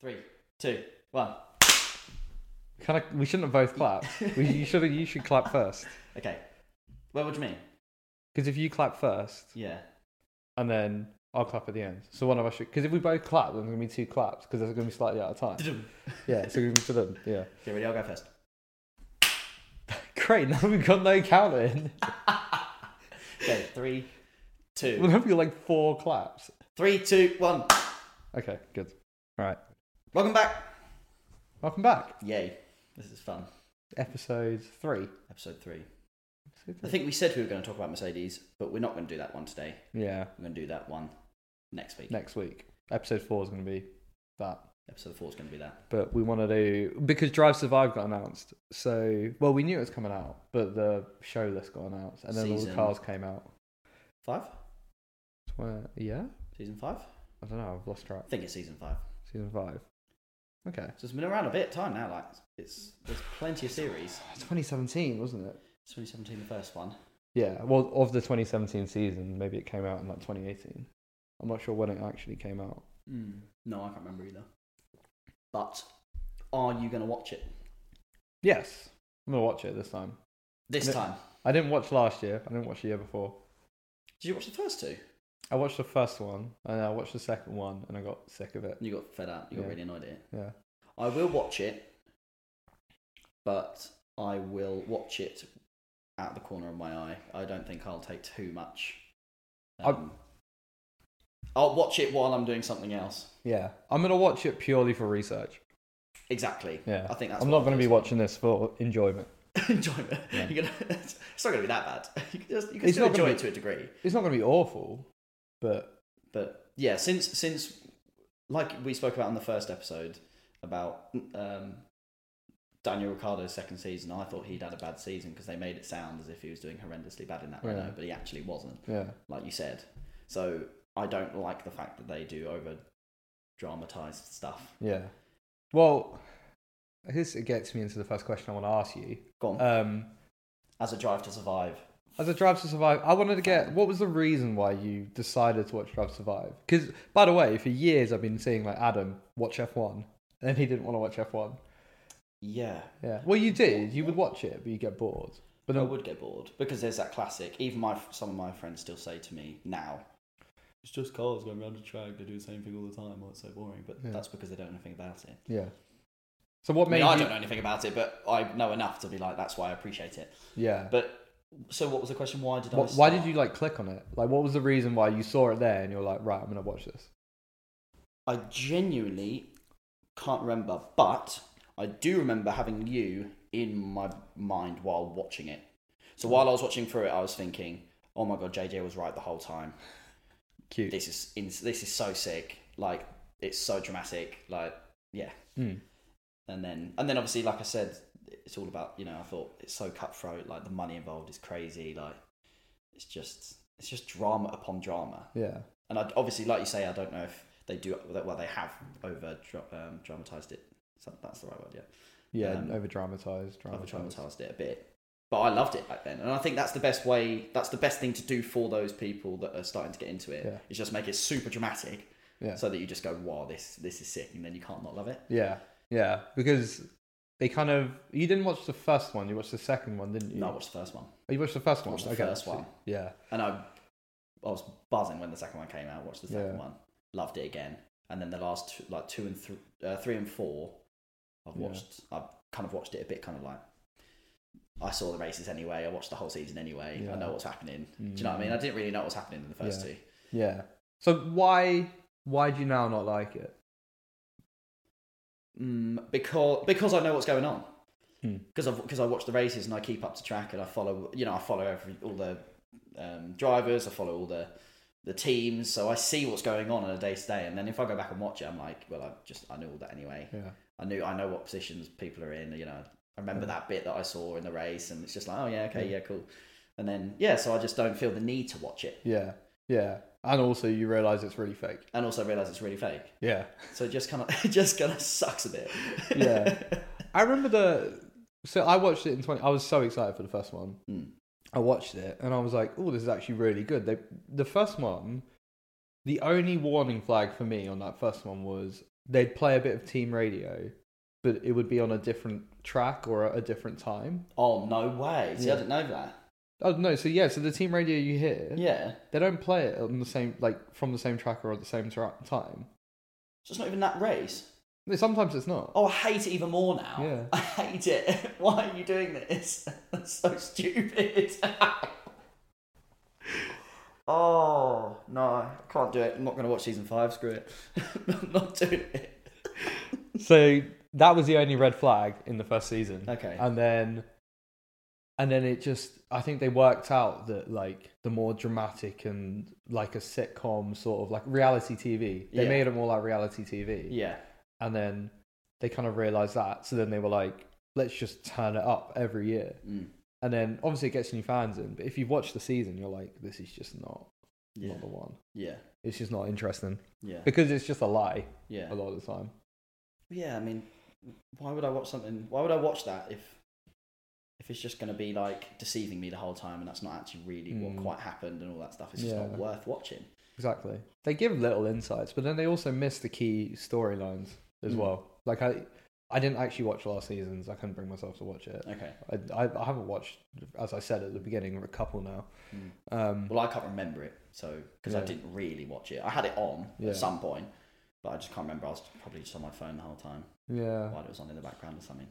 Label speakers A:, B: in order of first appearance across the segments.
A: Three, two, one.
B: Kind of, we shouldn't have both clapped. we, you should. You should clap first.
A: Okay. Well, what do you mean?
B: Because if you clap first,
A: Yeah.
B: and then I'll clap at the end. So one of us should. Because if we both clap, then there's gonna be two claps. Because there's gonna be slightly out of time.
A: Okay,
B: yeah. So we're gonna be to them. Yeah.
A: ready? I'll go first.
B: Great. Now we've got no counting.
A: Okay, three,
B: We'll
A: two,
B: have you like four claps.
A: three, two, one.
B: Okay. Good. All right.
A: Welcome back.
B: Welcome back.
A: Yay. This is fun.
B: Episode three.
A: Episode three.
B: Episode
A: I
B: three.
A: think we said we were going to talk about Mercedes, but we're not going to do that one today.
B: Yeah.
A: We're going to do that one next week.
B: Next week. Episode four is gonna be that.
A: Episode four is going to be that.
B: but we want to do because Drive Survive got announced. So well, we knew it was coming out, but the show list got announced, and then
A: Season.
B: all the cars came out.
A: Five?
B: Tw- yeah,
A: Season five?
B: I don't know. I've lost track.
A: I think it's season five.
B: Season five. Okay,
A: So it's been around a bit of time now. Like it's there's plenty of series.
B: 2017 wasn't it?
A: 2017, the first one.
B: Yeah. Well, of the 2017 season, maybe it came out in like 2018. I'm not sure when it actually came out.
A: Hmm. No, I can't remember either. But are you going to watch it
B: Yes, I'm gonna watch it this time.
A: this
B: No.
A: time?
B: I didn't watch last year. I didn't watch the year before.
A: Did you watch the first two?
B: I watched the first one, and I watched the second one, and I got sick of it.
A: You got fed up. You got
B: Yeah.
A: really annoyed at it.
B: Yeah.
A: I will watch it, but I will watch it out the corner of my eye. I don't think I'll take too much.
B: I-
A: Um, I'll watch it while I'm doing something else.
B: Yeah. I'm gonna watch it purely for research.
A: Exactly.
B: Yeah.
A: I think that's.
B: I'm
A: what
B: not going
A: I'll
B: to
A: do.
B: be watching this for enjoyment.
A: enjoyment.
B: Yeah.
A: You're gonna, it's not going to be that bad. You can, just, you can
B: It's
A: still
B: not gonna
A: enjoy
B: be-
A: it to a degree.
B: It's not going to be awful, but
A: but yeah, since since like we spoke about in the first episode about um, Daniel Ricciardo's second season, I thought he'd had a bad season because they made it sound as if he was doing horrendously bad in that
B: Yeah.
A: Renault, but he actually wasn't,
B: yeah,
A: like you said. So I don't like the fact that they do over dramatized stuff.
B: yeah. Well, this gets me into the first question I want to ask you.
A: Go on.
B: Um,
A: As a drive to survive,
B: as a Drive to Survive, I wanted to get what was the reason why you decided to watch Drive to Survive? Because by the way, for years I've been seeing like Adam watch F1, and he didn't want to watch F1.
A: yeah,
B: Yeah. Well, you did. You would watch it, but you get bored. But
A: I
B: then,
A: would get bored because there's that classic. Even my some of my friends still say to me now, "It's just cars going around the track. They do the same thing all the time. Why it's so boring?" But
B: Yeah.
A: that's because they don't know anything about it.
B: yeah. So what
A: I
B: made
A: mean, I
B: you?
A: don't know anything about it, but I know enough to be like, "That's why I appreciate it."
B: Yeah.
A: But so, what was the question? Why did I?
B: Wh- why did
A: start?
B: you like click on it? Like, what was the reason why you saw it there and you're like, right, I'm gonna watch this?
A: I genuinely can't remember, but I do remember having you in my mind while watching it. So while I was watching through it, I was thinking, "Oh my god, JJ was right the whole time."
B: Cute.
A: this is ins this is so sick like it's so dramatic like yeah
B: Mm.
A: and then and then obviously like i said it's all about you know i thought it's so cutthroat like the money involved is crazy like it's just it's just drama upon drama
B: Yeah.
A: and I, obviously like you say i don't know if they do well they have over dra- um, dramatized it so that's the right word yeah
B: Yeah,
A: Um,
B: over dramatized,
A: I've
B: dramatized.
A: traumatized it a bit. But I loved it back then, and I think that's the best way. That's the best thing to do for those people that are starting to get into it.
B: Yeah.
A: Is just make it super dramatic,
B: Yeah.
A: so that you just go, "Wow, this this is sick," and then you can't not love it.
B: Yeah, yeah, because they kind of you didn't watch the first one, you watched the second one, didn't you?
A: No, I watched the first one,
B: Oh, you watched the first one.
A: watched the
B: okay,
A: first
B: so-
A: one.
B: Yeah,
A: and I I was buzzing when the second one came out. Watched the second
B: Yeah.
A: one, loved it again, and then the last two, like two and three, uh, three and four, I've
B: Yeah.
A: watched. I've kind of watched it a bit, kind of like. I saw the races anyway. I watched the whole season anyway.
B: Yeah. Mm.
A: I know what's happening. Do you know what I mean? I didn't really know what was happening in the first
B: Yeah.
A: two.
B: yeah. So why why do you now not like it?
A: Mm, because because I know what's going on.
B: Hmm.
A: Because because I watch the races and I keep up to track and I follow you know I follow every all the um, drivers I follow all the the teams so I see what's going on on a day to day and then if I go back and watch it I'm like well I just I knew all that anyway
B: Yeah,
A: I knew I know what positions people are in you know I remember
B: Yeah.
A: that bit that I saw in the race and it's just like oh yeah okay
B: Yeah.
A: yeah cool and then yeah so I just don't feel the need to watch it
B: yeah, yeah. And also, you realize it's really fake.
A: and also realize it's really fake
B: Yeah,
A: so it just kind of it just kind of sucks a bit
B: Yeah. I remember the. So I watched it in twenty. I was so excited for the first one.
A: Mm.
B: I watched it and I was like, "Oh, this is actually really good." They, the first one, the only warning flag for me on that first one was they'd play a bit of team radio, but it would be on a different track or at a different time.
A: Oh no way! See, I
B: Yeah.
A: didn't know that.
B: Oh no, so yeah, so the team radio you hear,
A: Yeah,
B: they don't play it on the same like from the same track or at the same tra- time.
A: so it's not even that race.
B: No, Sometimes it's not.
A: Oh, I hate it even more now.
B: Yeah.
A: I hate it. Why are you doing this? That's so stupid. oh no, I can't do it. I'm not going to watch season five. Screw it. I'm not doing it.
B: So that was the only red flag in the first season.
A: Okay.
B: and then and then it just i think they worked out that like the more dramatic and like a sitcom sort of like reality tv they
A: Yeah.
B: made it more like reality tv
A: yeah.
B: and then they kind of realized that so then they were like let's just turn it up every year
A: Mm.
B: and then obviously it gets new fans in but if you've watched the season you're like this is just not
A: Yeah.
B: not the one
A: Yeah.
B: it's just not interesting
A: Yeah.
B: because it's just a lie
A: Yeah.
B: a lot of the time
A: Yeah, I mean, why would I watch something? Why would I watch that if if it's just going to be like deceiving me the whole time and that's not actually really what
B: Mm.
A: quite happened and all that stuff? It's just
B: Yeah.
A: not worth watching.
B: Exactly. They give little insights, but then they also miss the key storylines as
A: Mm.
B: well. Like I, I didn't actually watch last season's. I couldn't bring myself to watch it.
A: Okay.
B: I, I, I haven't watched, as I said at the beginning, a couple now.
A: Mm.
B: Um,
A: Well, I can't remember it, so because I
B: Yeah.
A: didn't really watch it. I had it on
B: Yeah.
A: at some point, but I just can't remember. I was probably just on my phone the whole time
B: yeah,
A: while it was on in the background or something.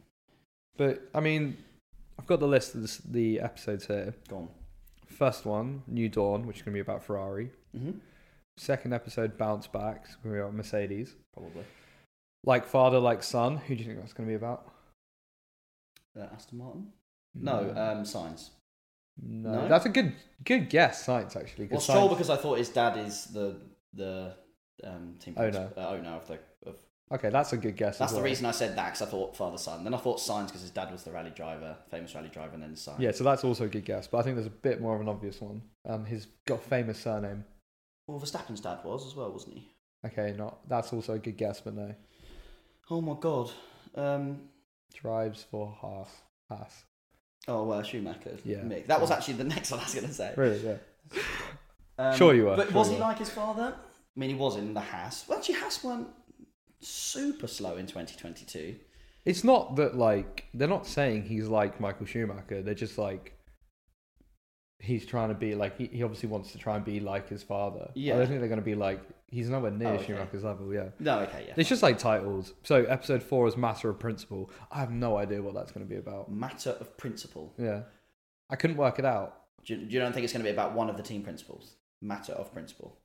B: but I mean, I've got the list of this, the episodes here.
A: Gone.
B: First one, New Dawn, which is going to be about Ferrari.
A: Mm-hmm.
B: Second episode, Bounce Back, it's going to be about Mercedes.
A: Probably
B: Like Father, Like Son. Who do you think that's going to be about?
A: uh, Aston Martin.
B: Mm.
A: No, um, Signs.
B: no.
A: no?
B: That's a good, good guess. Science actually. 'cause
A: Well,
B: Science-
A: Stroll because I thought his dad is the the um, team
B: Owner.
A: Uh, owner of the of
B: Okay, that's a good guess.
A: That's
B: as
A: the
B: well.
A: reason I said that because I thought father son. Then I thought signs because his dad was the rally driver, famous rally driver, and then sign.
B: Yeah, so that's also a good guess, but I think there's a bit more of an obvious one. Um, his got famous surname.
A: Well, Verstappen's dad was as well, wasn't he?
B: Okay, not that's also a good guess, but no.
A: Oh my god. Um.
B: Drives for Haas. Haas.
A: Oh well, Schumacher.
B: Yeah.
A: Mick. That was
B: Yeah.
A: actually the next one I was going to say.
B: Really? Yeah.
A: Um,
B: Sure you were,
A: But
B: sure
A: was
B: you
A: he
B: were.
A: like his father? I mean, he was in the Haas. Well, actually, Haas went super slow in 2022.
B: It's not that like they're not saying he's like Michael Schumacher. They're just like he's trying to be like he, he obviously wants to try and be like his father.
A: Yeah.
B: I don't think they're gonna be like he's nowhere near
A: Oh, okay.
B: Schumacher's level. Yeah.
A: No, okay, yeah.
B: It's just like titles. So episode four is Matter of Principle. I have no idea what that's gonna be about.
A: Matter of principle.
B: Yeah. I couldn't work it out.
A: Do you, do you don't think it's going to be about one of the team principles? Matter of principle.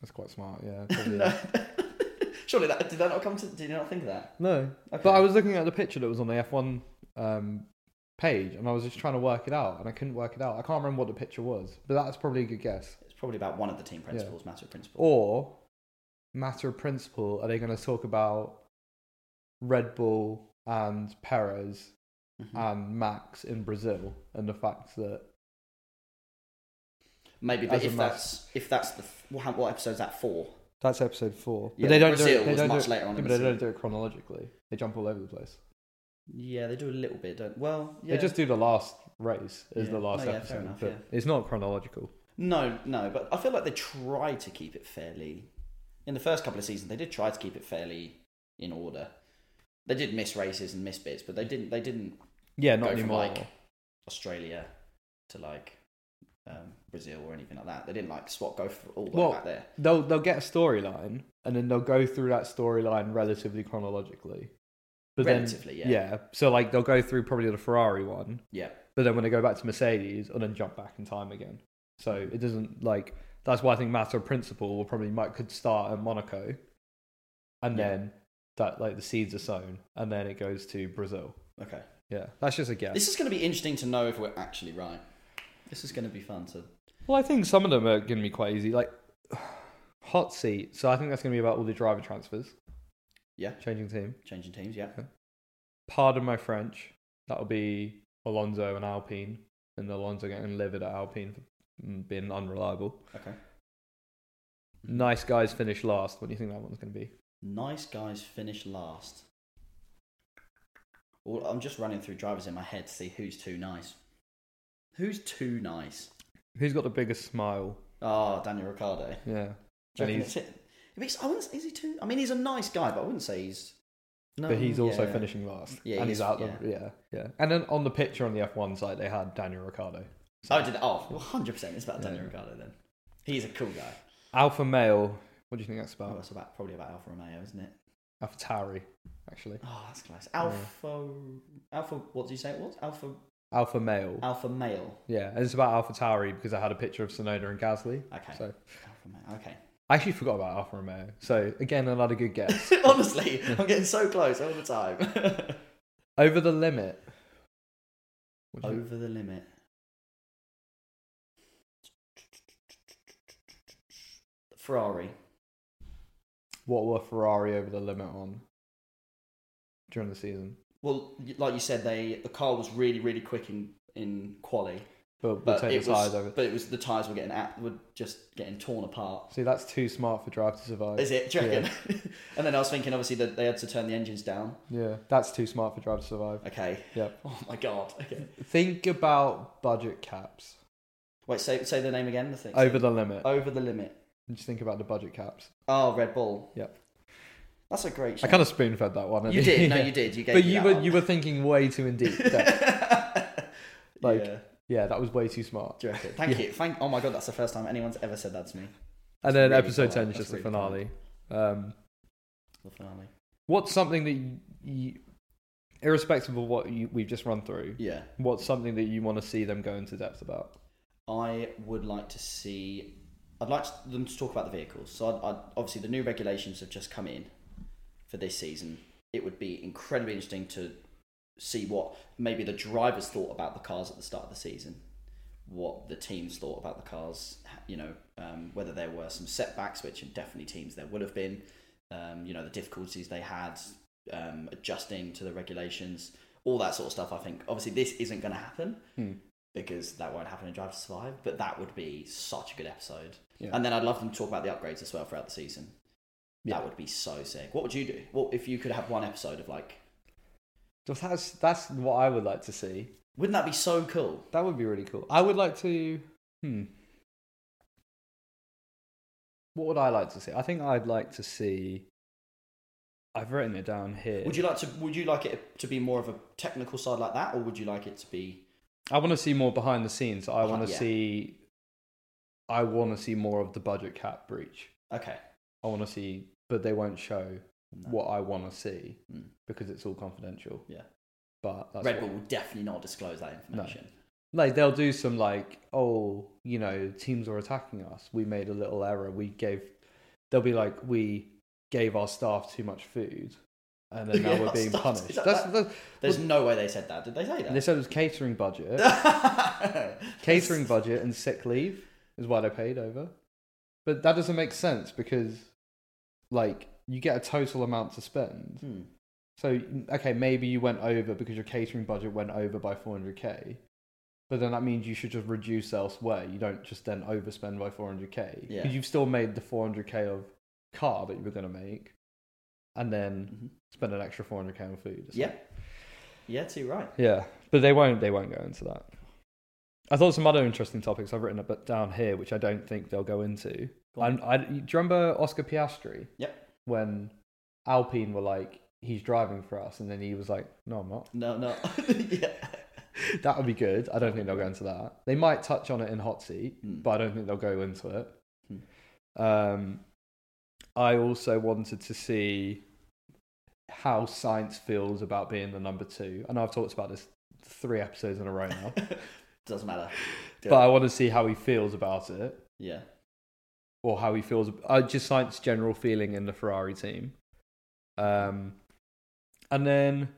B: That's quite smart, yeah. probably.
A: No. Surely that did that not come to? Did you not think of that?
B: No,
A: Okay.
B: but I was looking at the picture that was on the F1 um, page, and I was just trying to work it out, and I couldn't work it out. I can't remember what the picture was, but that's probably a good guess.
A: It's probably about one of the team principles, matter of principle.
B: Or matter of principle, are they going to talk about Red Bull and Perez
A: Mhm.
B: and Max in Brazil and the fact that
A: Maybe, but
B: as a
A: if
B: mas-
A: that's if that's the f- what, what episode's that for?
B: that's episode four?
A: Yeah,
B: but they don't do
A: Brazil
B: it. They
A: was
B: don't do
A: much
B: it-
A: later on
B: yeah,
A: in
B: but
A: the
B: they don't do it chronologically. They jump all over the place.
A: Yeah, they do a little bit. Don't well. Yeah.
B: They just do the last race is
A: Yeah.
B: the last
A: No, yeah, fair
B: episode,
A: enough,
B: but
A: yeah.
B: it's not chronological.
A: no, no. But I feel like they try to keep it fairly. In the first couple of seasons, they did try to keep it fairly in order. They did miss races and miss bits, but they didn't. They didn't
B: Yeah,
A: go
B: not
A: from
B: anymore.
A: like Australia to like um, Brazil or anything like that. They didn't like swap go f- all the
B: Well,
A: way back there.
B: they'll they'll get a storyline and then they'll go through that storyline relatively chronologically. But
A: Relatively, yeah.
B: then, yeah. So like they'll go through probably the Ferrari one,
A: Yeah,
B: but then when they go back to Mercedes, and then jump back in time again. So it doesn't like that's why I think matter of principle will probably might could start at Monaco, and
A: Yeah.
B: then that like the seeds are sown, and then it goes to Brazil.
A: okay.
B: Yeah, that's just a guess.
A: This is going to be interesting to know if we're actually right. This is going to be fun to.
B: Well, I think some of them are going to be quite easy. Like hot seat. So I think that's going to be about all the driver transfers.
A: Yeah.
B: Changing team.
A: Changing teams, yeah.
B: Pardon my French. That'll be Alonso and Alpine, and Alonso getting livid at Alpine for mm, being unreliable.
A: Okay.
B: Nice guys finish last. What do you think that one's going to be?
A: Nice guys finish last. Well, I'm just running through drivers in my head to see who's too nice. Who's too nice?
B: Who's got the biggest smile?
A: Ah, Daniel Ricciardo.
B: Yeah.
A: Do you
B: And
A: reckon it's
B: he's-
A: it? If he's, I wouldn't. Is he too? I mean, he's a nice guy, but I wouldn't say he's. No,
B: but he's also
A: yeah.
B: finishing last.
A: Yeah,
B: and
A: he's-
B: he's, out. Yeah. yeah, yeah. And then on the picture on the F1 side, they had Daniel Ricciardo.
A: Oh, did oh, 100 percent. It's about
B: Yeah.
A: Daniel Ricciardo then. He's a cool guy.
B: Alpha male. What do you think that's
A: Oh,
B: about?
A: that's about probably about Alfa Romeo, isn't it?
B: Alpha Tauri, actually.
A: Oh, that's close. Alpha, Alpha. What do you say it was? Alpha,
B: Alpha male.
A: Alpha male.
B: yeah, and it's about Alpha Tauri because I had a picture of Sonoda and Gasly.
A: Okay.
B: So
A: Alpha male. Okay.
B: I actually forgot about Alpha Romeo. So again, another good guess.
A: Honestly, I'm getting so close all the time.
B: Over the limit. What do you think?
A: Over the limit. Ferrari.
B: What were Ferrari over the limit on during the season?
A: Well, y- like you said, they the car was really, really quick in in quali,
B: But we'll
A: but
B: take
A: it
B: the
A: was,
B: tires over.
A: but it was the tires were getting at, were just getting torn apart.
B: See, that's too smart for Drive to Survive.
A: Is it? Do you
B: Oh, Yeah.
A: reckon? and then I was thinking, obviously, that they had to turn the engines down.
B: Yeah, that's too smart for Drive to Survive.
A: Okay.
B: Yep.
A: Oh my god. Okay.
B: Think about budget caps.
A: Wait. Say say the name again. The thing.
B: Over the limit.
A: Over the limit.
B: Just think about the budget caps.
A: Oh, Red Bull.
B: Yep.
A: That's a great.
B: I
A: Shout.
B: kind of spoon fed that one.
A: You did. No, you did. You gave.
B: But
A: me
B: you
A: that
B: were
A: one.
B: you were thinking way too in deep. there. Like-
A: yeah.
B: yeah, that was way too smart.
A: Do you reckon? Thank
B: Yeah.
A: you. Thank. Oh my god, that's the first time anyone's ever said that to me.
B: And then
A: really
B: episode
A: bad.
B: ten is
A: That's
B: just the
A: really
B: finale. Um,
A: The finale.
B: what's something that you, you irrespective of what you, we've just run through,
A: Yeah.
B: what's something that you want to see them go into depth about?
A: I would like to see. I'd like to- them to talk about the vehicles. So I'd, I'd, obviously the new regulations have just come in for this season. It would be incredibly interesting to see what maybe the drivers thought about the cars at the start of the season, what the teams thought about the cars. You know um, whether there were some setbacks, which in definitely teams there would have been. Um, you know the difficulties they had um, adjusting to the regulations, all that sort of stuff. I think obviously this isn't going to happen because that won't happen in Drive to Survive. But that would be such a good episode.
B: Yeah.
A: And then I'd love them to talk about the upgrades as well throughout the season.
B: Yeah.
A: That would be so sick. What would you do? What if you could have one episode of like?
B: Just that's that's what I would like to see.
A: Wouldn't that be so cool?
B: That would be really cool. I would like to. Hmm. What would I like to see? I think I'd like to see. I've written it down here.
A: Would you like to? Would you like it to be more of a technical side like that, or would you like it to be?
B: I want to see more behind the scenes. I
A: Behind-
B: want to
A: yeah.
B: see. I want to see more of the budget cap breach.
A: Okay.
B: I want to see, but they won't show
A: No.
B: what I want to see
A: Mm.
B: because it's all confidential.
A: Yeah.
B: But that's
A: Red
B: what-
A: Bull will definitely not disclose that information.
B: like they'll do some like oh you know teams are attacking us we made a little error we gave they'll be like we gave our staff too much food and then now
A: Yeah,
B: we're
A: our
B: being
A: staff
B: punished
A: did that.
B: that's, that's
A: There's no way they said that. Did they say
B: they
A: that?
B: said it was catering budget catering budget and sick leave is why they paid over but that doesn't make sense because like you get a total amount to spend
A: Hmm.
B: so okay, maybe you went over because your catering budget went over by 400k, but then that means you should just reduce elsewhere. You don't just then overspend by 400k because
A: Yeah.
B: you've still made the 400k of car that you were going to make, and then
A: Mhm.
B: spend an extra 400k on food.
A: Yeah. Yeah, too right.
B: yeah, but they won't. They won't go into that. I thought some other interesting topics I've written up down here, which I don't think they'll go into.
A: Go on.
B: I, I, do you remember Oscar Piastri?
A: Yep.
B: When Alpine were like, he's driving for us, and then he was like, no, I'm not.
A: No, no. yeah.
B: That would be good. I don't think they'll go into that. They might touch on it in hot seat,
A: Hmm.
B: but I don't think they'll go into it. Um, I also wanted to see how science feels about being the number two. I know I've talked about this three episodes in a row now,
A: Doesn't matter.
B: but I want to see how he feels about it,
A: Yeah.
B: or how he feels. Uh, just science general feeling in the Ferrari team. Um, and then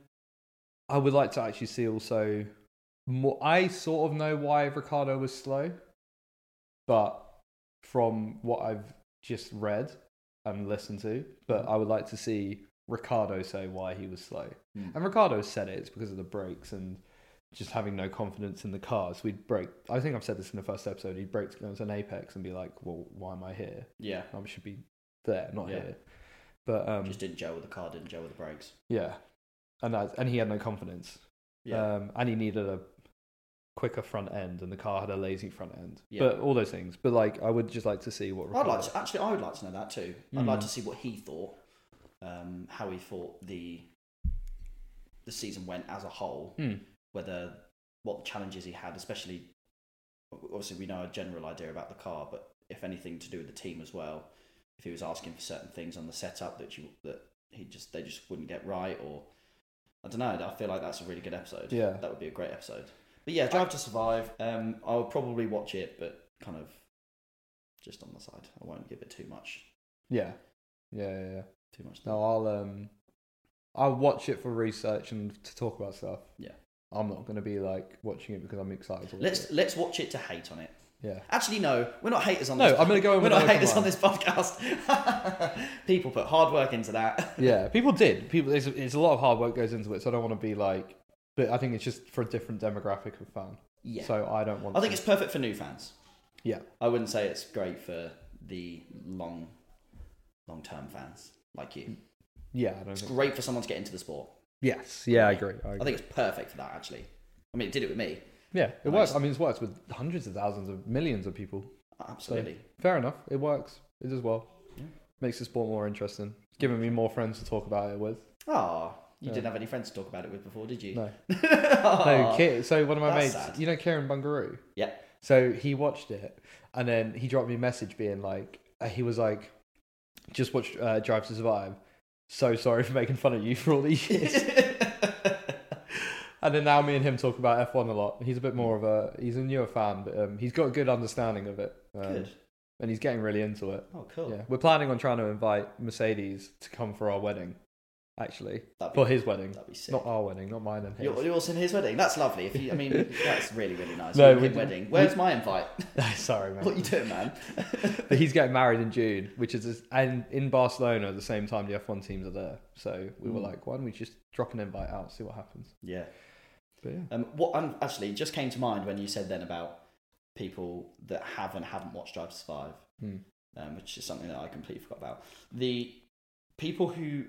B: I would like to actually see also more. I sort of know why Ricardo was slow, but from what I've just read and listened to, but I would like to see Ricardo say why he was slow.
A: Mm.
B: And Ricardo said it, it's because of the brakes and just having no confidence in the car. So he'd break. I think I've said this in the first episode. He'd break to go into an apex and be like, "Well, why am I here?
A: Yeah.
B: I should be there, not
A: Yeah.
B: here." But um,
A: Just didn't gel with the car, didn't gel with the brakes.
B: yeah, and that, and he had no confidence.
A: Yeah.
B: Um, and he needed a quicker front end and the car had a lazy front end.
A: Yeah.
B: But all those things. But like, I would just like to see what.
A: I'd like
B: Ricardo-
A: to, actually, I would like to know that too. I'd like to see what he thought, um, how he thought the the season went as a whole,
B: Hmm.
A: whether what challenges he had, especially obviously we know a general idea about the car, but if anything to do with the team as well, if he was asking for certain things on the setup that you that he just they just wouldn't get right, or I don't know. I feel like that's a really good episode.
B: Yeah.
A: that would be a great episode. But yeah, Drive to Survive. Um, I'll probably watch it, but kind of just on the side. I won't give it too much.
B: Yeah. Yeah, yeah, yeah.
A: Too much. thought.
B: No, I'll um, I'll watch it for research and to talk about stuff.
A: Yeah.
B: I'm not gonna be like watching it because I'm excited. To watch
A: Let's
B: It.
A: let's watch it to hate on it.
B: Yeah.
A: Actually, no, we're not haters on
B: No,
A: this.
B: I'm gonna go in
A: We're
B: with
A: not
B: an open
A: haters on
B: mind.
A: this podcast. People put hard work into that.
B: Yeah. People did. People. It's, it's a lot of hard work goes into it, so I don't want to be like. But I think it's just for a different demographic of fan.
A: Yeah.
B: So I don't want.
A: I think
B: to-
A: it's perfect for new fans.
B: Yeah.
A: I wouldn't say it's great for the long, long term fans like you.
B: Yeah, I don't
A: It's
B: think.
A: great for someone to get into the sport.
B: Yes. Yeah, I agree. I,
A: I
B: agree.
A: think it's perfect for that actually. I mean, it did it with me.
B: Yeah, it
A: Nice.
B: works. I mean, it's worked with hundreds of thousands of millions of people.
A: Absolutely.
B: Fair enough. It works. It does well.
A: Yeah.
B: Makes the sport more interesting. It's given me more friends to talk about it with.
A: Ah, you
B: Yeah.
A: didn't have any friends to talk about it with before, did you?
B: No. No,
A: Aw.
B: Ki- so one of my mates,
A: that's sad.
B: you know Kieran Bungaroo?
A: Yeah.
B: So he watched it and then he dropped me a message being like, uh, he was like, just watched uh, Drive to Survive. So sorry for making fun of you for all these years. and then now me and him talk about F1 a lot. He's a bit more of a, he's a newer fan, but um, he's got a good understanding of it. Um,
A: Good.
B: And he's getting really into it.
A: Oh, cool.
B: Yeah, we're planning on trying to invite Mercedes to come for our wedding, actually,
A: That'd be,
B: for his wedding,
A: that'd be sick.
B: not our wedding, not mine and his.
A: You're, you're also in his wedding. That's lovely. If you, I mean, that's really really nice.
B: No,
A: Your
B: we-
A: wedding. Where's my invite?
B: Sorry,
A: What
B: man.
A: you doing, man?
B: But he's getting married in June, which is and in Barcelona at the same time the F1 teams are there. So we were
A: Mm.
B: like, why don't we just drop an invite out, see what happens?
A: yeah.
B: But yeah,
A: Um, what um, actually just came to mind when you said then about people that have and haven't watched Drive to Survive,
B: Hmm.
A: um, which is something that I completely forgot about. The people who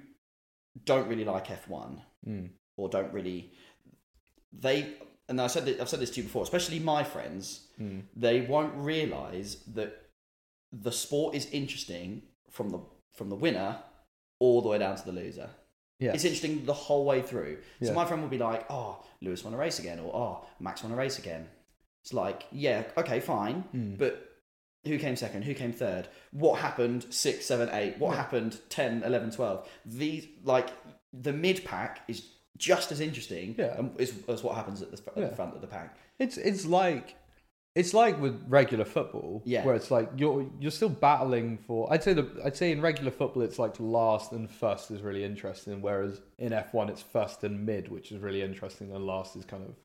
A: don't really like F one
B: Mm.
A: or don't really they and I said that, I've said this to you before, especially my friends,
B: Mm.
A: they won't realise that the sport is interesting from the from the winner all the way down to the loser.
B: yeah,
A: It's interesting the whole way through. So
B: Yeah.
A: my friend will be like, "Oh, Lewis won a race again," or "Oh, Max won a race again." It's like, yeah, okay, fine,
B: Mm.
A: but who came second? Who came third? What happened? Six, seven, eight. What
B: Yeah.
A: happened? 10, 11, 12. These like the mid pack is just as interesting
B: Yeah.
A: and is, as what happens at the, at
B: Yeah.
A: the front of the pack.
B: it's it's like. It's like with regular football,
A: Yeah.
B: where it's like you're you're still battling for. I'd say the I'd say in regular football, it's like last and first is really interesting, whereas in F one, it's first and mid, which is really interesting, and last is kind of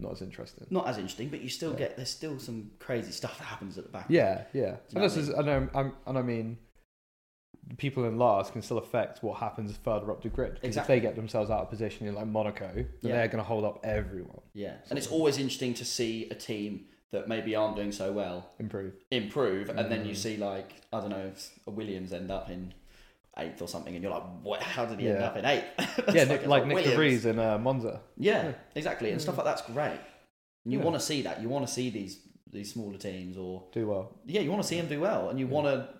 B: not as interesting.
A: Not as interesting, but you still get there's still some crazy stuff that happens at the back.
B: Yeah, yeah.
A: Do you
B: And
A: know
B: this
A: what I
B: is, and I'm, I'm, and I mean, people in last can still affect what happens further up the grid. 'Cause
A: Exactly.
B: if they get themselves out of position in like Monaco, then
A: Yeah.
B: they're going to hold up everyone.
A: yeah. And it's always interesting to see a team that maybe aren't doing so well
B: Improve.
A: improve, and
B: Mm.
A: then you see like I don't know, if a Williams end up in eighth or something, and you're like, what? How did he end
B: Yeah.
A: up in eighth? It's
B: yeah, Nick,
A: it's
B: like Nick De
A: Williams.
B: Vries in uh, Monza.
A: Yeah, exactly, and stuff like that's great. And you
B: Yeah.
A: want to see that. You want to see these these smaller teams, or
B: Do well.
A: yeah, you want to see them do well,
B: Mm.
A: and you want to,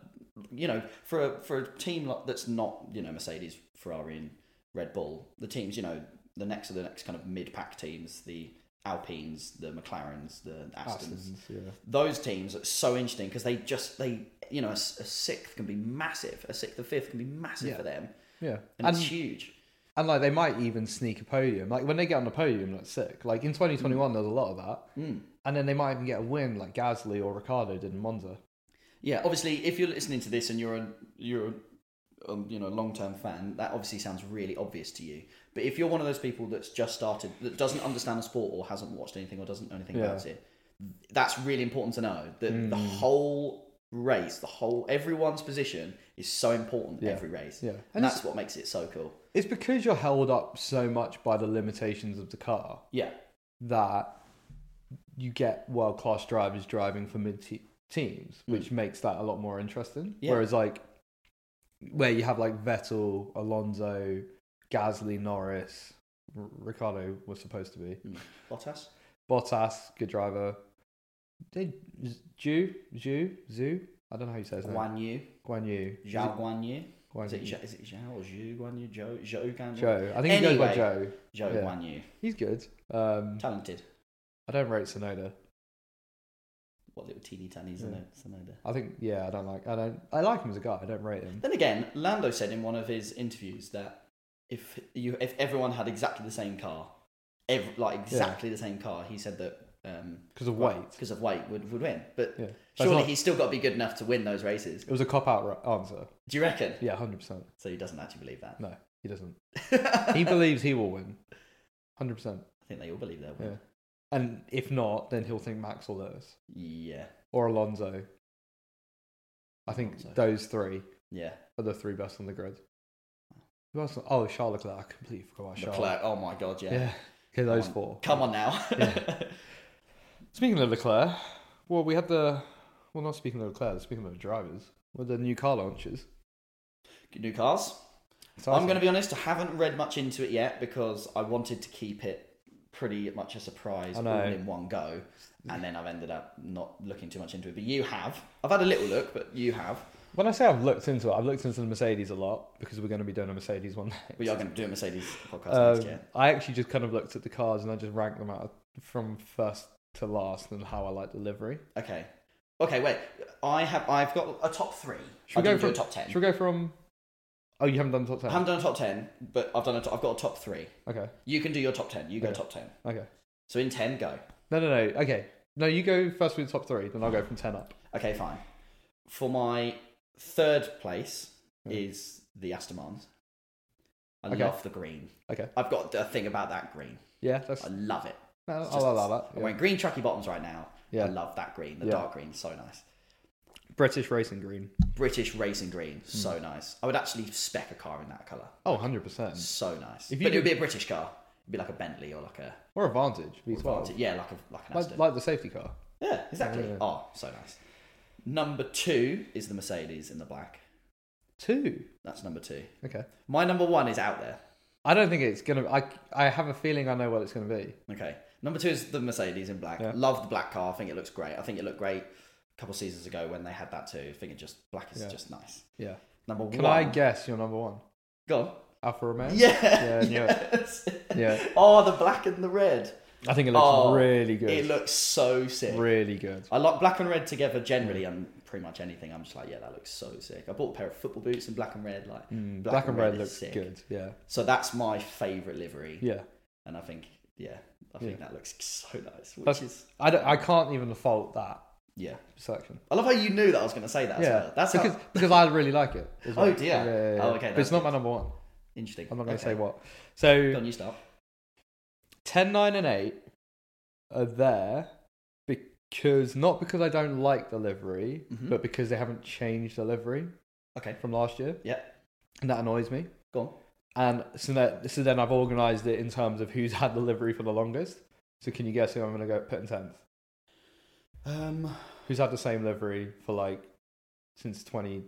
A: you know, for a for a team like, that's not you know Mercedes, Ferrari, and Red Bull, the teams you know the next of the next kind of mid pack teams, the Alpines, the McLarens, the Astons,
B: Astons, yeah.
A: those teams are so interesting because they just they you know a, s- a sixth can be massive a sixth or fifth can be massive
B: Yeah.
A: for them
B: Yeah.
A: and,
B: And,
A: it's huge
B: and like they might even sneak a podium. Like when they get on the podium, that's sick. Like in 2021, there's a lot of that.
A: Mm.
B: And then they might even get a win like Gasly or Ricardo did in Monza.
A: yeah obviously if you're listening to this and you're a you're a um, you know long term fan that obviously sounds really obvious to you but if you're one of those people that's just started that doesn't understand the sport or hasn't watched anything or doesn't know anything
B: Yeah. Mm.
A: about it that's really important to know that the whole race the whole everyone's position is so important
B: Yeah.
A: every race
B: Yeah.
A: and
B: And it's-
A: that's what makes it so cool
B: It's because you're held up so much by the limitations of the car.
A: yeah
B: that you get world class drivers driving for mid te- teams, which makes that a lot more interesting.
A: Hmm. Yeah.
B: Whereas like where you have like Vettel, Alonso, Gasly, Norris, R- Ricardo was supposed to be
A: Mm. Bottas
B: Bottas, good driver. Did Zhu Zhu Zhu? I don't know how you say his name. Guan,
A: Guan Yu,
B: Yu. Is
A: Zhao Guan Yu.
B: it Guan
A: Is it,
B: Yu.
A: Zha- is it Zhao or Zhu Guan Yu? Joe, Zhou Guan Yu?
B: Joe. I think he goes by
A: Anyway.
B: Joe.
A: Zhou
B: Yeah.
A: Guan Yu.
B: He's good. Um,
A: Talented.
B: I don't rate Sonoda.
A: What little teeny tiny Zeno- Sonoda.
B: I think yeah, I don't like. I don't. I like him as a guy. I don't rate him.
A: Then again, Lando said in one of his interviews that if you if everyone had exactly the same car, ev like exactly the same car, he said that um,
B: Because of weight.
A: because of weight would, would win. But
B: Yeah. That's
A: surely
B: not-
A: he's still got to be good enough to win those races.
B: It was a cop out answer.
A: Do you reckon?
B: Yeah, hundred percent.
A: So he doesn't actually believe that.
B: No, he doesn't. He believes he will win. Hundred percent.
A: I think they all believe they'll win.
B: And if not, then he'll think Max or Lewis
A: Yeah.
B: or Alonso. I think
A: Alonso.
B: those three
A: Yeah.
B: are the three best on the grid. Who else? Oh, Charles Leclerc. I completely forgot about Charles.
A: Leclerc. Oh my god. Yeah.
B: Yeah. Okay, those
A: on.
B: four.
A: Come on now.
B: Speaking of Leclerc, well, we had the. Well, not speaking of Leclerc, speaking of drivers, with the new car launches.
A: New cars.
B: So
A: I'm going to be honest. I haven't read much into it yet because I wanted to keep it pretty much a surprise
B: I
A: all
B: know.
A: in one go, and then I've ended up not looking too much into it. But you have. I've had a little look, but you have.
B: When I say I've looked into it, I've looked into the Mercedes a lot because we're going to be doing a Mercedes one next.
A: We are going to do a Mercedes podcast next
B: Um,
A: year.
B: I actually just kind of looked at the cars and I just ranked them out of- from first to last and how I like delivery.
A: Okay. Okay. Wait. I have. I've got a top three.
B: Should
A: I
B: we go
A: didn't
B: from
A: do a top ten.
B: Should we go from? Oh, you haven't done top
A: I
B: ten.
A: haven't done a top ten, but I've done a top, I've got a top three.
B: Okay,
A: You can do your top ten. You go
B: Okay.
A: top ten.
B: okay.
A: So in ten, go.
B: No, no, no. Okay, no. You go first with the top three, then I'll go from ten up.
A: Okay, fine. For my third place
B: Yeah.
A: is the Aston Martins. I
B: Hmm. Okay.
A: love the green.
B: Okay.
A: I've got a thing about that green.
B: Yeah, that's.
A: I love it.
B: No, I'll
A: It's just-
B: allow that.
A: I'm
B: Yeah.
A: wearing green tracky bottoms right now.
B: Yeah.
A: I love that green. The
B: Yeah.
A: dark green, so nice.
B: British racing green.
A: British racing green,
B: Hmm.
A: so nice. I would actually spec a car in that colour.
B: Oh, 100 percent.
A: So nice.
B: If
A: If
B: you
A: but it would
B: could-
A: be a British car. It'd be like a Bentley or like a
B: Or Advantage V12.
A: yeah, like a like an Aston.
B: Like, like the safety car.
A: yeah, exactly.
B: Yeah, yeah.
A: Oh, so nice. Number two is the Mercedes in the black.
B: Two.
A: That's number two.
B: Okay.
A: My number one is out there.
B: I don't think it's gonna. I I have a feeling I know what it's gonna be.
A: Okay. Number two is the Mercedes in black.
B: Yeah.
A: Love the black car. I think it looks great. I think it looked great a couple seasons ago when they had that too. I think it just black is
B: Yeah.
A: just nice.
B: Yeah.
A: Number
B: Can
A: one.
B: I guess your number one?
A: Go on.
B: Alfa Romeo.
A: Yeah.
B: I knew it.
A: yes.
B: Yeah.
A: Oh, the black and the red.
B: I think it looks
A: Oh,
B: really good.
A: It looks so sick.
B: really good.
A: I like black and red together generally on pretty much anything. I'm just like, yeah, that looks so sick. I bought a pair of football boots in black and red. Like,
B: Mm, black, and red,
A: is
B: looks
A: sick.
B: good. Yeah.
A: So that's my favourite livery.
B: Yeah.
A: And I think, yeah, I think that looks so nice. Which
B: That's-
A: is,
B: I, don't- I can't even fault that
A: yeah.
B: selection.
A: I love how you knew that I was going to say that as
B: yeah.
A: well. That's how-
B: because, because I really like it. as
A: Oh,
B: well.
A: dear. Oh, okay,
B: But it's
A: that's
B: not my number one.
A: Interesting.
B: I'm not going to
A: Okay.
B: say what. So
A: Don't you start.
B: 10, 9, and 8 are there because, not because I don't like the livery,
A: Mhm.
B: but because they haven't changed the livery
A: Okay.
B: from last year.
A: Yeah.
B: And that annoys me.
A: Go on.
B: And so, that, so then I've organised it in terms of who's had the livery for the longest. So can you guess who I'm going to go put in 10th?
A: Um,
B: Who's had the same livery for like since 20.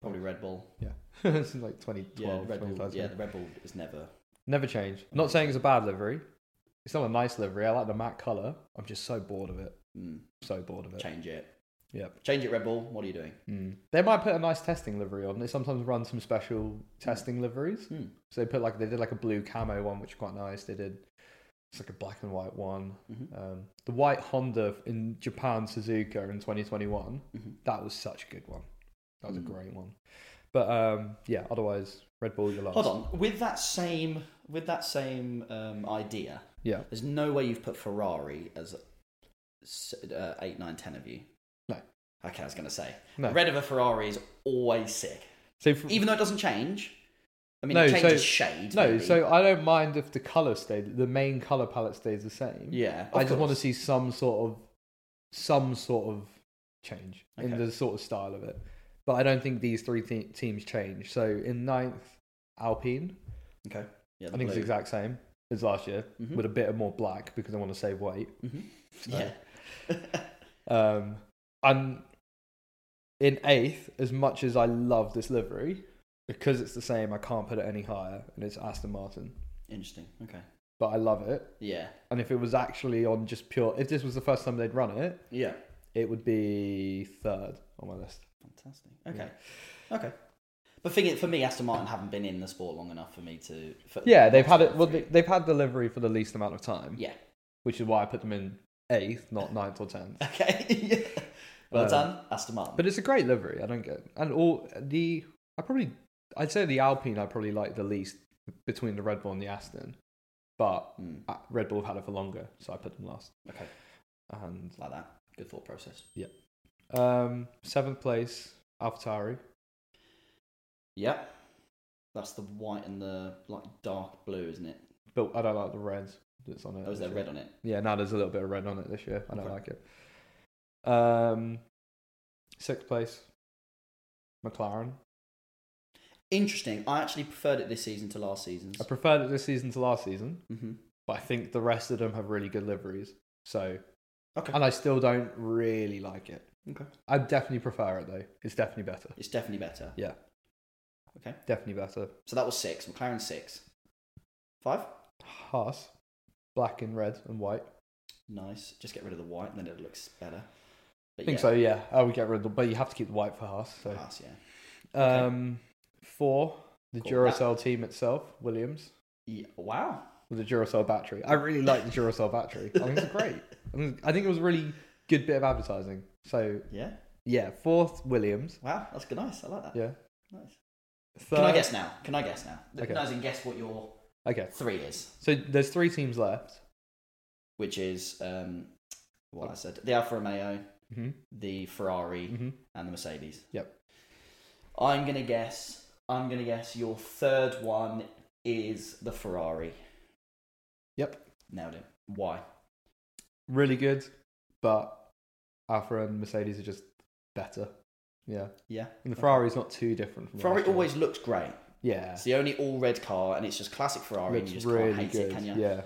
A: probably Red Bull.
B: since like
A: Yeah,
B: 2012.
A: Red Bull.
B: 2013.
A: Yeah, the Red Bull is never.
B: Never changed. Not saying it's a bad livery. It's not a nice livery. I like the matte colour. I'm just so bored of it.
A: Mm,
B: So bored of it.
A: change it.
B: Uh, Yep.
A: Change it, Red Bull. What are you doing?
B: Mm. They might put a nice testing livery on. They sometimes run some special testing liveries.
A: Hmm.
B: So they put like they did like a blue camo one, which is quite nice. They did it's like a black and white one.
A: Mhm.
B: Um, the white Honda in Japan Suzuka in 2021.
A: Mhm.
B: That was such a good one. That was
A: Mm.
B: a great one. But um, yeah, otherwise Red Bull you're last.
A: Hold on. With that same, with that same um, idea,
B: Yeah.
A: there's no way you've put Ferrari as s- uh, eight, nine, ten of you.
B: No.
A: Okay, I was going to say
B: No.
A: red of a Ferrari is always sick,
B: so for,
A: even though it doesn't change. I mean,
B: No,
A: it
B: so-
A: changes shade.
B: no,
A: maybe.
B: so I don't mind if the color stayed the main color palette stays the same.
A: yeah,
B: I just want to
A: see.
B: see some sort of some sort of change in
A: Okay.
B: the sort of style of it. But I don't think these three th- teams change. So in ninth, Alpine,
A: Okay. Yeah,
B: I think it's the exact same as last year
A: Mhm.
B: with a bit of more black because I want to save weight.
A: hmm
B: So,
A: Yeah.
B: Um, and in eighth, as much as I love this livery, because it's the same, I can't put it any higher, and it's Aston Martin.
A: Interesting. Okay.
B: but I love it.
A: Yeah.
B: And if it was actually on just pure, if this was the first time they'd run it,
A: Yeah.
B: it would be third on my list.
A: Fantastic. Okay. Okay. But thing is, for me, Aston Martin haven't been in the sport long enough for me to. For,
B: Yeah, they've had it. Well, they- they've had delivery for the least amount of time.
A: Yeah.
B: which is why I put them in eighth, not ninth or tenth.
A: Okay. yeah. Well
B: Um,
A: done, Aston Martin.
B: But it's a great livery. I don't get and all the. I probably I'd say the Alpine I probably like the least between the Red Bull and the Aston, but
A: Mm,
B: uh, Red Bull have had it for longer, so I put them last.
A: okay.
B: And
A: Like that. Good thought process.
B: um, seventh place, AlphaTauri.
A: Yep. That's the white and the like dark blue, isn't it?
B: But I don't like the reds that's on it.
A: Oh, is
B: this
A: there
B: year.
A: red on it?
B: Yeah, now there's a little bit of red on it this year. I don't
A: Okay.
B: like it. Um, sixth place, McLaren.
A: Interesting. I actually preferred it this season to last season's.
B: I preferred it this season to last season,
A: hmm
B: but I think the rest of them have really good liveries. So,
A: Okay.
B: and I still don't really like it.
A: Okay.
B: I definitely prefer it though. It's definitely better.
A: It's definitely better.
B: Yeah.
A: Okay.
B: Definitely better.
A: So that was six. McLaren six. Five.
B: Haas, black and red and white.
A: Nice. Just get rid of the white, and then it looks better. But
B: I think
A: yeah,
B: so. Yeah, I would get rid of. The, but you have to keep the white for Haas. So,
A: Haas, yeah. okay.
B: um, four, the
A: Cool.
B: Duracell team itself, Williams.
A: yeah. Wow.
B: with the Duracell battery. I really like the Duracell battery. I think it's great. I think- I think it was a really good bit of advertising. So
A: Yeah.
B: yeah, fourth Williams.
A: Wow. That's good. Nice. I like that.
B: Yeah.
A: Nice.
B: Third,
A: Can I guess now? Can I guess now?
B: Okay.
A: Okay. No, as in guess what your
B: Okay,
A: three is,
B: so there's three teams left.
A: which is um, what I said: the Alfa Romeo,
B: hmm
A: the Ferrari,
B: hmm
A: and the Mercedes.
B: Yep.
A: I'm gonna guess. I'm gonna guess your third one is the Ferrari.
B: Yep.
A: Nailed it. Why?
B: Really good, but Alpha and Mercedes are just better. Yeah,
A: Yeah.
B: and the
A: Okay.
B: Ferrari's not too different. From
A: Ferrari
B: last year.
A: always looks great.
B: yeah
A: It's the only all red car, and it's just classic Ferrari, and
B: looks
A: you just
B: really
A: can't hate it,
B: good.
A: can you?
B: Yeah,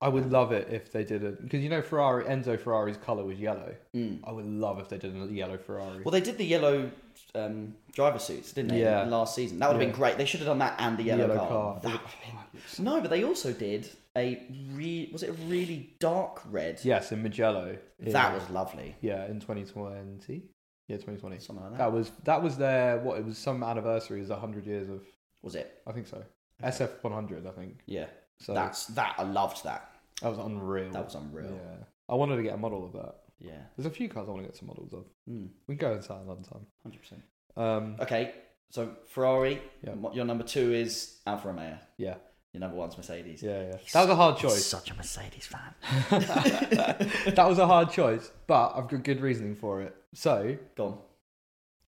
B: I would love it if they did it because you know Ferrari Enzo Ferrari's color was yellow.
A: Mm.
B: I would love if they did a yellow Ferrari.
A: Well, they did the yellow um, driver suits, didn't they?
B: Yeah.
A: Last season, that would have
B: Yeah.
A: been great. They should have done that and the
B: The
A: yellow,
B: yellow
A: car.
B: car.
A: That would have been- No, but they also did a re- was it a really dark red?
B: Yes, in Magello. in-
A: That was lovely.
B: yeah in 2020. Yeah, 2020.
A: Something like that.
B: That was that was their what it was some anniversary is 100 years of
A: was it?
B: I think so. SF 100 I think.
A: Yeah.
B: So
A: That's that. I loved that.
B: that was unreal.
A: That was unreal.
B: Yeah. I wanted to get a model of that.
A: Yeah.
B: There's a few cars I want to get some models of.
A: Hundred
B: We can go inside another time.
A: percent.
B: Um
A: Okay. So Ferrari.
B: Yeah.
A: m- Your number two is Alfa Romeo.
B: yeah.
A: Your number one's Mercedes.
B: Yeah, yeah. That was a hard
A: I'm
B: choice.
A: Such a Mercedes fan.
B: that was a hard choice, but I've got good reasoning for it. So,
A: Gone.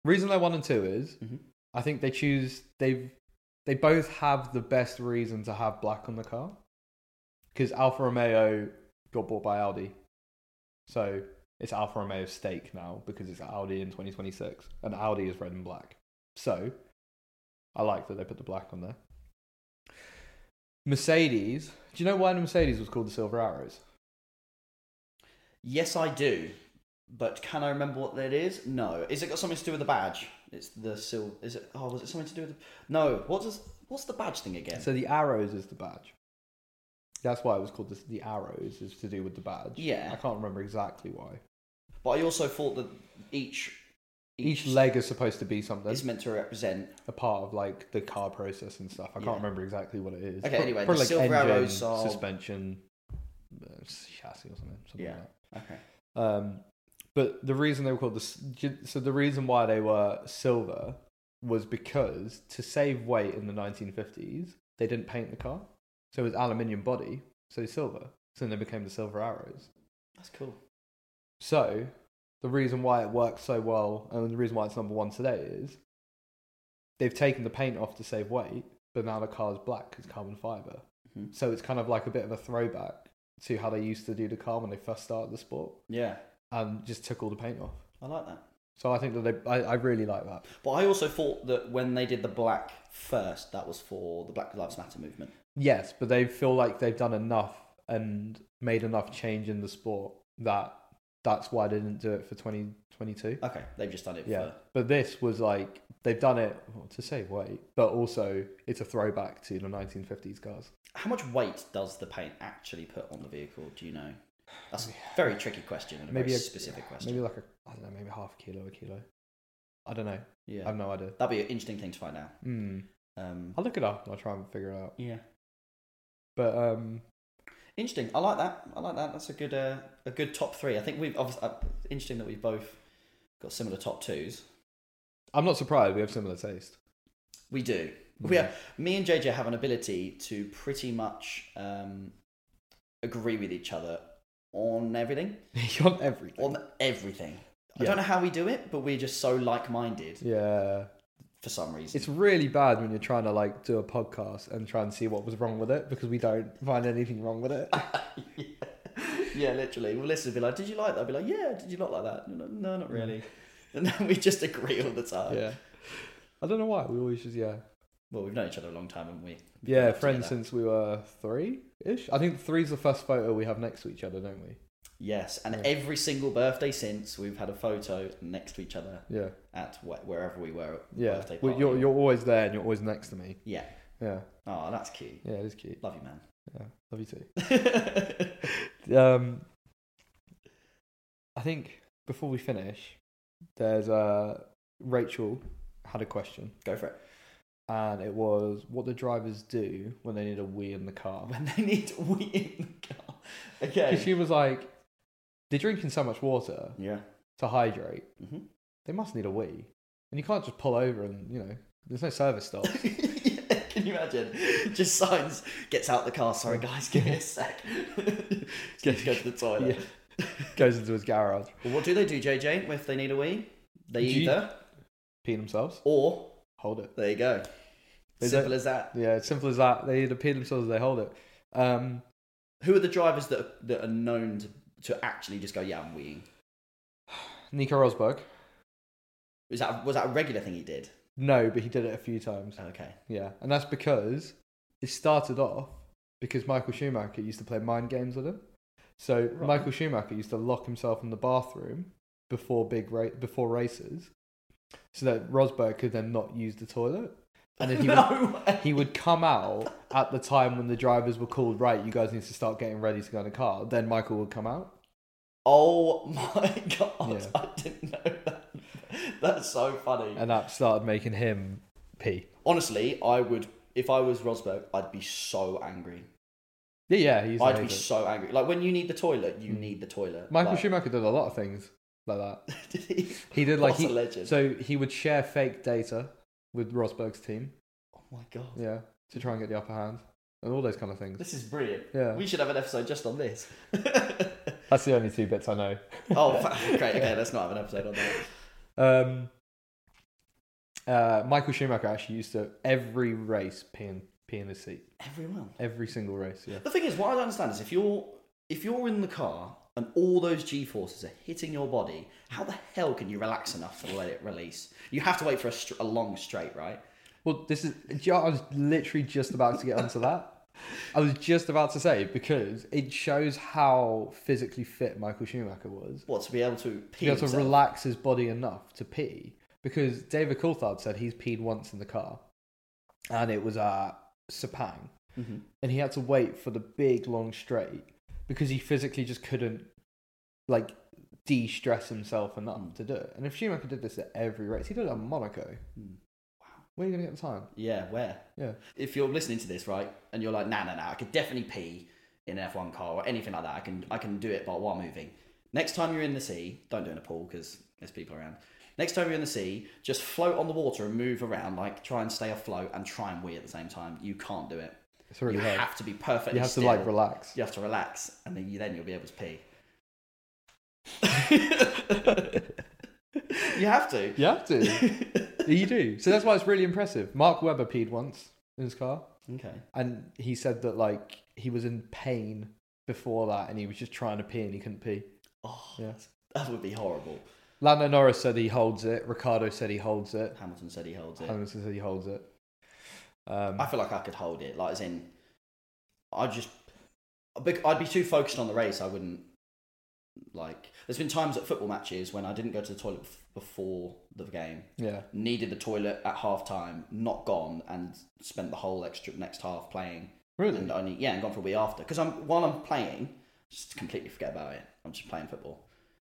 B: reason they one and two is
A: Mhm.
B: I think they choose they've they both have the best reason to have black on the car because Alfa Romeo got bought by Audi, so it's Alfa Romeo's stake now because it's Audi in 2026 and Audi is red and black. So I like that they put the black on there. Mercedes, do you know why the Mercedes was called the Silver Arrows?
A: Yes, I do. But can I remember what that is? No. Is it got something to do with the badge? It's the sil. Is it? Oh, was it something to do with? The, no. What does? What's the badge thing again?
B: So the arrows is the badge. That's why it was called the, the arrows is to do with the badge.
A: Yeah.
B: I can't remember exactly why.
A: But I also thought that each
B: Each leg is supposed to be something,
A: is meant to represent.
B: a part of like the car process and stuff. I
A: Yeah.
B: can't remember exactly what it is.
A: Okay,
B: Pro-
A: anyway,
B: probably
A: the silver arrows are-
B: suspension, uh, chassis or something. something
A: Yeah.
B: Like
A: Okay.
B: that. Um, but the reason they were called the s- j- so the reason why they were silver was because to save weight in the 1950s they didn't paint the car, so it was aluminium body, so silver. So then they became the silver arrows.
A: That's cool.
B: So, the reason why it works so well and the reason why it's number one today is they've taken the paint off to save weight, but now the car's black because carbon fiber.
A: Mhm.
B: So, it's kind of like a bit of a throwback to how they used to do the car when they first started the sport
A: Yeah,
B: and just took all the paint off.
A: I like that.
B: So, I think that they, I, I really like that.
A: But I also thought that when they did the black first, that was for the Black Lives Matter movement.
B: Yes, but they feel like they've done enough and made enough change in the sport that that's why they didn't do it for 2022.
A: Okay, they've just done it
B: Yeah.
A: for
B: But this was like, they've done it to save weight, but also it's a throwback to the 1950s cars.
A: how much weight does the paint actually put on the vehicle? Do you know? That's a very tricky question and a
B: Maybe
A: very
B: a-
A: specific question.
B: Maybe like a, I don't know, maybe half a kilo, a kilo. I don't know. I
A: yeah,
B: have no idea.
A: that'd be an interesting thing to find out.
B: Mm.
A: Um,
B: I'll look it up and I'll try and figure it out.
A: yeah,
B: But um,
A: interesting. I like that. I like that. That's a good uh, a good top three. I think we've obviously uh, interesting that we've both got similar top twos.
B: I'm not surprised we have similar taste.
A: We do. We are, me and JJ have an ability to pretty much um, agree with each other on everything,
B: you want everything.
A: on everything. I
B: Yeah.
A: don't know how we do it, but we're just so like-minded
B: yeah.
A: for some reason.
B: It's really bad when you're trying to like do a podcast and try and see what was wrong with it because we don't find anything wrong with it.
A: yeah, literally. Well, listen, be like, did you like that? I'll be like, yeah. Did you not like that? No, no not really. And then we just agree all the time.
B: Mm. yeah. I don't know why. We always just, yeah.
A: Well, we've known each other a long time, haven't we? We've
B: Yeah,
A: worked
B: friends
A: together.
B: since we were three ish. I think three's the first photo we have next to each other, don't we?
A: Yes, and
B: Yeah.
A: every single birthday since we've had a photo next to each other
B: Yeah.
A: at wh- wherever we were. At the
B: Yeah.
A: Birthday
B: Well,
A: party.
B: you're, you're always there and you're always next to me.
A: Yeah.
B: Yeah.
A: Oh, that's cute.
B: Yeah, it is cute.
A: Love you, man.
B: Yeah. Love you too. um, I think before we finish, there's uh, Rachel had a question,
A: Go for it.
B: and it was what do drivers do when they need a wee in the car.
A: When they need wheat in the car. Okay.
B: Because she was like, they're drinking so much water
A: Yeah.
B: to hydrate,
A: hmm
B: they must need a wee, and you can't just pull over and you know, there's no service stop.
A: Can you imagine? Just signs gets out the car. Sorry, guys, give me a sec. Just go to the toilet.
B: Yeah. Goes into his garage,
A: Well, what do they do, JJ, if they need a wee? They
B: Do you-
A: either
B: peeing themselves,
A: or
B: hold it.
A: there you go.
B: They don't-
A: Simple as that.
B: Yeah, it's simple as that. They either pee themselves or they hold it. Um,
A: Who are the drivers that are, that are known to, to actually just go? Yeah, I'm weeing.
B: Nico Rosberg.
A: Was that was that a regular thing he did?
B: No, but he did it a few times.
A: Okay.
B: Yeah, and that's because it started off because Michael Schumacher used to play mind games with him. So
A: Right.
B: Michael Schumacher used to lock himself in the bathroom before big ra- before races, so that Rosberg could then not use the toilet, and then he would,
A: no way.
B: he would come out at the time when the drivers were called. Right, you guys need to start getting ready to go in the car. Then Michael would come out.
A: Oh my god!
B: Yeah.
A: I didn't know that. That's so funny.
B: And that started making him pee.
A: Honestly, I would if I was Rosberg, I'd be so angry.
B: Yeah, yeah, he's
A: I'd be
B: amazing.
A: so angry. Like when you need the toilet, you
B: Mm.
A: need the toilet.
B: Michael
A: like,
B: Schumacher did a lot of things like that.
A: did he?
B: He did like
A: What a
B: he,
A: legend.
B: so he would share fake data with Rosberg's team,
A: Oh my god!
B: yeah, to try and get the upper hand and all those kind of things.
A: This is brilliant.
B: Yeah,
A: We should have an episode just on this.
B: that's the only two bits I know.
A: oh, fa- great. Okay, let's not have an episode on that.
B: Um, uh, Michael Schumacher actually used to every race pee in, pee in his seat,
A: Everyone.
B: every single race. Yeah,
A: The thing is, what I don't understand is if you're if you're in the car and all those G forces are hitting your body, how the hell can you relax enough to let it release? You have to wait for a, str- a long straight, right?
B: Well, this is. do you know, I was literally just about to get onto that. I was just about to say because it shows how physically fit Michael Schumacher was.
A: What to be able to pee
B: be able to
A: himself?
B: relax his body enough to pee because David Coulthard said he's peed once in the car and it was at Sepang
A: Mhm.
B: and he had to wait for the big long straight because he physically just couldn't like de-stress himself enough to do it and if Schumacher did this at every race he did it at Monaco where are you going to get the time
A: Yeah, where?
B: yeah
A: If you're listening to this, right, and you're like, nah, nah, nah, I could definitely pee in an F1 car or anything like that. I can, I can do it, but while moving. Next time you're in the sea, don't do it in a pool because there's people around. Next time you're in the sea, just float on the water and move around, like try and stay afloat and try and wee at the same time. You can't do it.
B: it's really
A: you
B: hard
A: have to be perfectly.
B: you have
A: still.
B: to like relax
A: You have to relax, and then you then you'll be able to pee. you have to.
B: you have to you do so that's why it's really impressive Mark Webber peed once in his car
A: Okay.
B: and he said that like he was in pain before that and he was just trying to pee and he couldn't pee
A: Oh,
B: Yeah.
A: that's- that would be horrible.
B: lando norris said he holds it ricardo said he holds it
A: Hamilton said he holds it.
B: hamilton said he holds it um,
A: I feel like I could hold it. Like as in, I just, I'd be- I'd be too focused on the race. I wouldn't like there's been times at football matches when I didn't go to the toilet f- before the game,
B: Yeah.
A: needed the toilet at half time, not gone, and spent the whole extra next half playing. And only yeah, and gone for a wee after because I'm while I'm playing, just completely forget about it. I'm just playing football,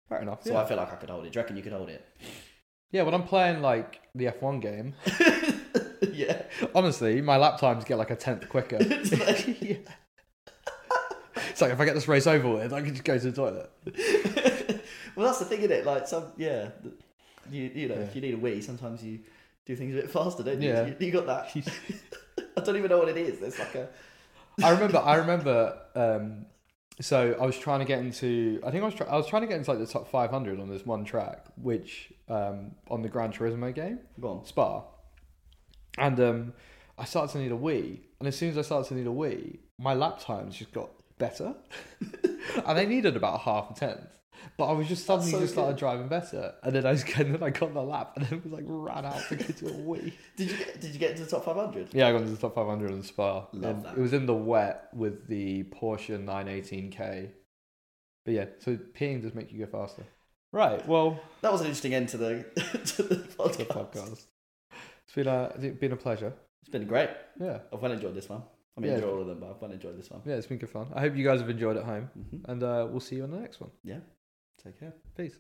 B: Fair enough.
A: so
B: yeah.
A: I feel like I could hold it. Do you reckon you could hold it?
B: yeah, when I'm playing like the F1 game,
A: yeah,
B: honestly, my lap times get like a tenth quicker.
A: It's like-
B: Yeah. It's like if I get this race over with, I can just go to the toilet.
A: well, that's the thing, isn't it? Like some, yeah, th- you you know,
B: Yeah.
A: if you need a wee, sometimes you do things a bit faster, don't you?
B: Yeah.
A: You, you got that? I don't even know what it is. There's like a
B: I remember. I remember. Um, so I was trying to get into. I think I was. Try, I was trying to get into like the top 500 on this one track, which um, on the Gran Turismo game,
A: go on.
B: Spa, and um, I started to need a wee. And as soon as I started to need a wee, my lap times just got better, and they needed about half a tenth. But I was just suddenly
A: so
B: just started
A: good.
B: driving better, and then I was, and then I got the lap, and then it was like ran out to go to a wee.
A: Did you get, did you get into the top 500?
B: Yeah, I got into the top 500 in Spa.
A: Love
B: And
A: that.
B: It was in the wet with the Porsche 918K. But yeah, so peeing does make you go faster. Right, well,
A: That was an interesting end to the to the
B: the
A: podcast.
B: podcast. It's been a, it's been a pleasure.
A: It's been great.
B: Yeah,
A: I've well enjoyed this one. I mean,
B: Yeah.
A: enjoy all of them, but I've well enjoyed this one.
B: yeah, it's been good fun. I hope you guys have enjoyed at home,
A: hmm
B: and uh, we'll see you on the next one.
A: Yeah. Take care.
B: Peace.